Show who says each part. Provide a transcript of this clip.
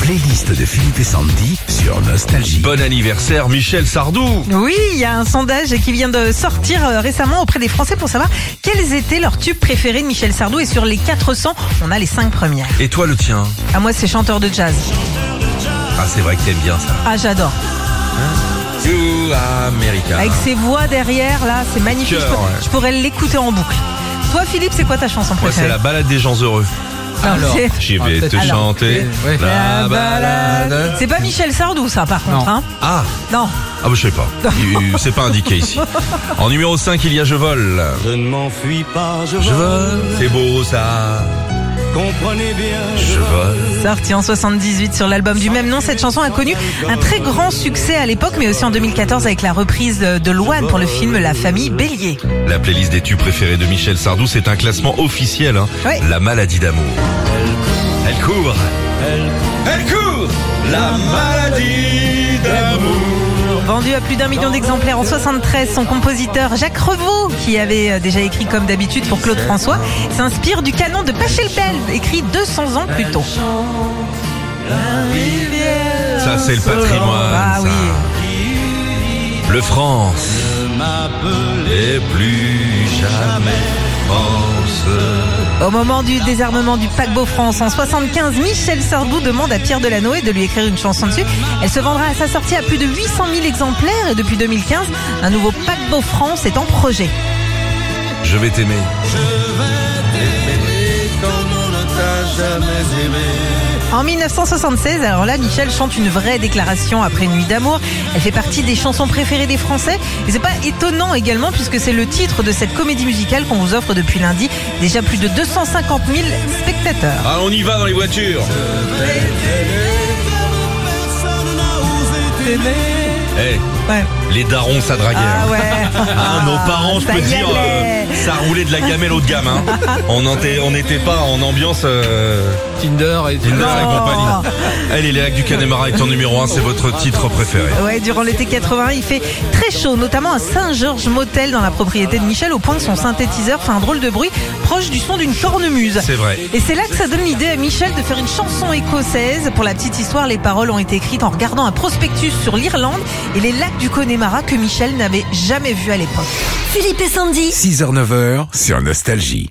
Speaker 1: playlist de Philippe et Sandy sur Nostalgie.
Speaker 2: Bon anniversaire Michel Sardou
Speaker 3: Oui, il y a un sondage qui vient de sortir euh, récemment auprès des Français pour savoir quels étaient leurs tubes préférés de Michel Sardou. Et sur les 400, on a les 5 premières.
Speaker 2: Et toi le tien
Speaker 3: À moi, c'est chanteur de jazz.
Speaker 2: Ah c'est vrai que t'aimes bien ça.
Speaker 3: Ah, j'adore.
Speaker 2: You America.
Speaker 3: Avec ses voix derrière, là, c'est magnifique.
Speaker 2: Cœur,
Speaker 3: je, peux-
Speaker 2: ouais.
Speaker 3: je pourrais l'écouter en boucle. Toi, Philippe, c'est quoi ta chanson
Speaker 2: Moi c'est
Speaker 3: préférée
Speaker 2: la balade des gens heureux.
Speaker 3: Non,
Speaker 4: Alors,
Speaker 3: c'est-
Speaker 2: J'y
Speaker 4: Ah,
Speaker 2: vais te
Speaker 4: peut-être.
Speaker 2: chanter
Speaker 4: Ouais.
Speaker 2: la balade.
Speaker 3: euh, C'est pas Michel Sardou, ça, par contre.
Speaker 4: Non.
Speaker 3: hein.
Speaker 2: Ah
Speaker 3: non.
Speaker 2: ah bah je sais pas, Il- il- c'est pas indiqué ici. En numéro 5, il y a Je vole.
Speaker 5: Je ne m'enfuis pas, je,
Speaker 2: Je
Speaker 5: vole.
Speaker 2: vole, c'est beau ça.
Speaker 5: Comprenez bien,
Speaker 2: Je vole.
Speaker 3: Sortie en 78 sur l'album du même nom, cette chanson a connu un très grand succès à l'époque, mais aussi en 2014 avec la reprise de Loane pour le film La famille Bélier.
Speaker 2: La playlist des tubes préférés de Michel Sardou, c'est un classement officiel. hein.
Speaker 3: Ouais.
Speaker 2: La maladie d'amour. Elle court. Elle court. La maladie d'amour.
Speaker 3: Vendu à plus d'un million d'exemplaires en 73, son compositeur Jacques Revaux, qui avait euh, déjà écrit comme d'habitude pour Claude François, s'inspire du canon de Pachelbel, écrit 200 ans plus tôt.
Speaker 2: Ça, c'est le patrimoine.
Speaker 3: Ah
Speaker 2: ça.
Speaker 3: oui.
Speaker 2: Le France. Et plus jamais France.
Speaker 3: Au moment du désarmement du paquebot France en 75, Michel Sardou demande à Pierre Delanoë de lui écrire une chanson dessus. Elle se vendra à sa sortie à plus de 800 000 exemplaires et depuis 2015, un nouveau paquebot France est en projet.
Speaker 2: Je vais t'aimer.
Speaker 3: En 1976, alors là, Michel chante une vraie déclaration après Nuit d'amour. Elle fait partie des chansons préférées des Français. Et c'est pas étonnant également puisque c'est le titre de cette comédie musicale qu'on vous offre depuis lundi. Déjà plus de 250 000 spectateurs.
Speaker 2: Ah, on y va dans les voitures. Eh,
Speaker 3: Ouais.
Speaker 2: les darons, ça draguait.
Speaker 3: Ah
Speaker 2: hein.
Speaker 3: ouais.
Speaker 2: Ah, nos parents, je
Speaker 3: ça
Speaker 2: peux
Speaker 3: y
Speaker 2: dire,
Speaker 3: allait.
Speaker 2: euh, ça roulait de la gamelle haut de gamme. hein. On n'était on n'était pas en ambiance euh,
Speaker 4: Tinder et
Speaker 2: Tinder et
Speaker 3: Non.
Speaker 2: compagnie. Allez, les lacs du Connemara est en numéro 1, c'est votre titre préféré.
Speaker 3: Ouais, durant l'été 80, il fait très chaud, notamment à Saint-Georges Motel dans la propriété de Michel, au point que son synthétiseur fait un drôle de bruit proche du son d'une cornemuse.
Speaker 2: C'est vrai.
Speaker 3: Et c'est là que ça donne l'idée à Michel de faire une chanson écossaise. Pour la petite histoire, les paroles ont été écrites en regardant un prospectus sur l'Irlande et les lacs du Connemara que Michel n'avait jamais vus à l'époque.
Speaker 6: Philippe et Sandy.
Speaker 1: 6h-9h sur Nostalgie.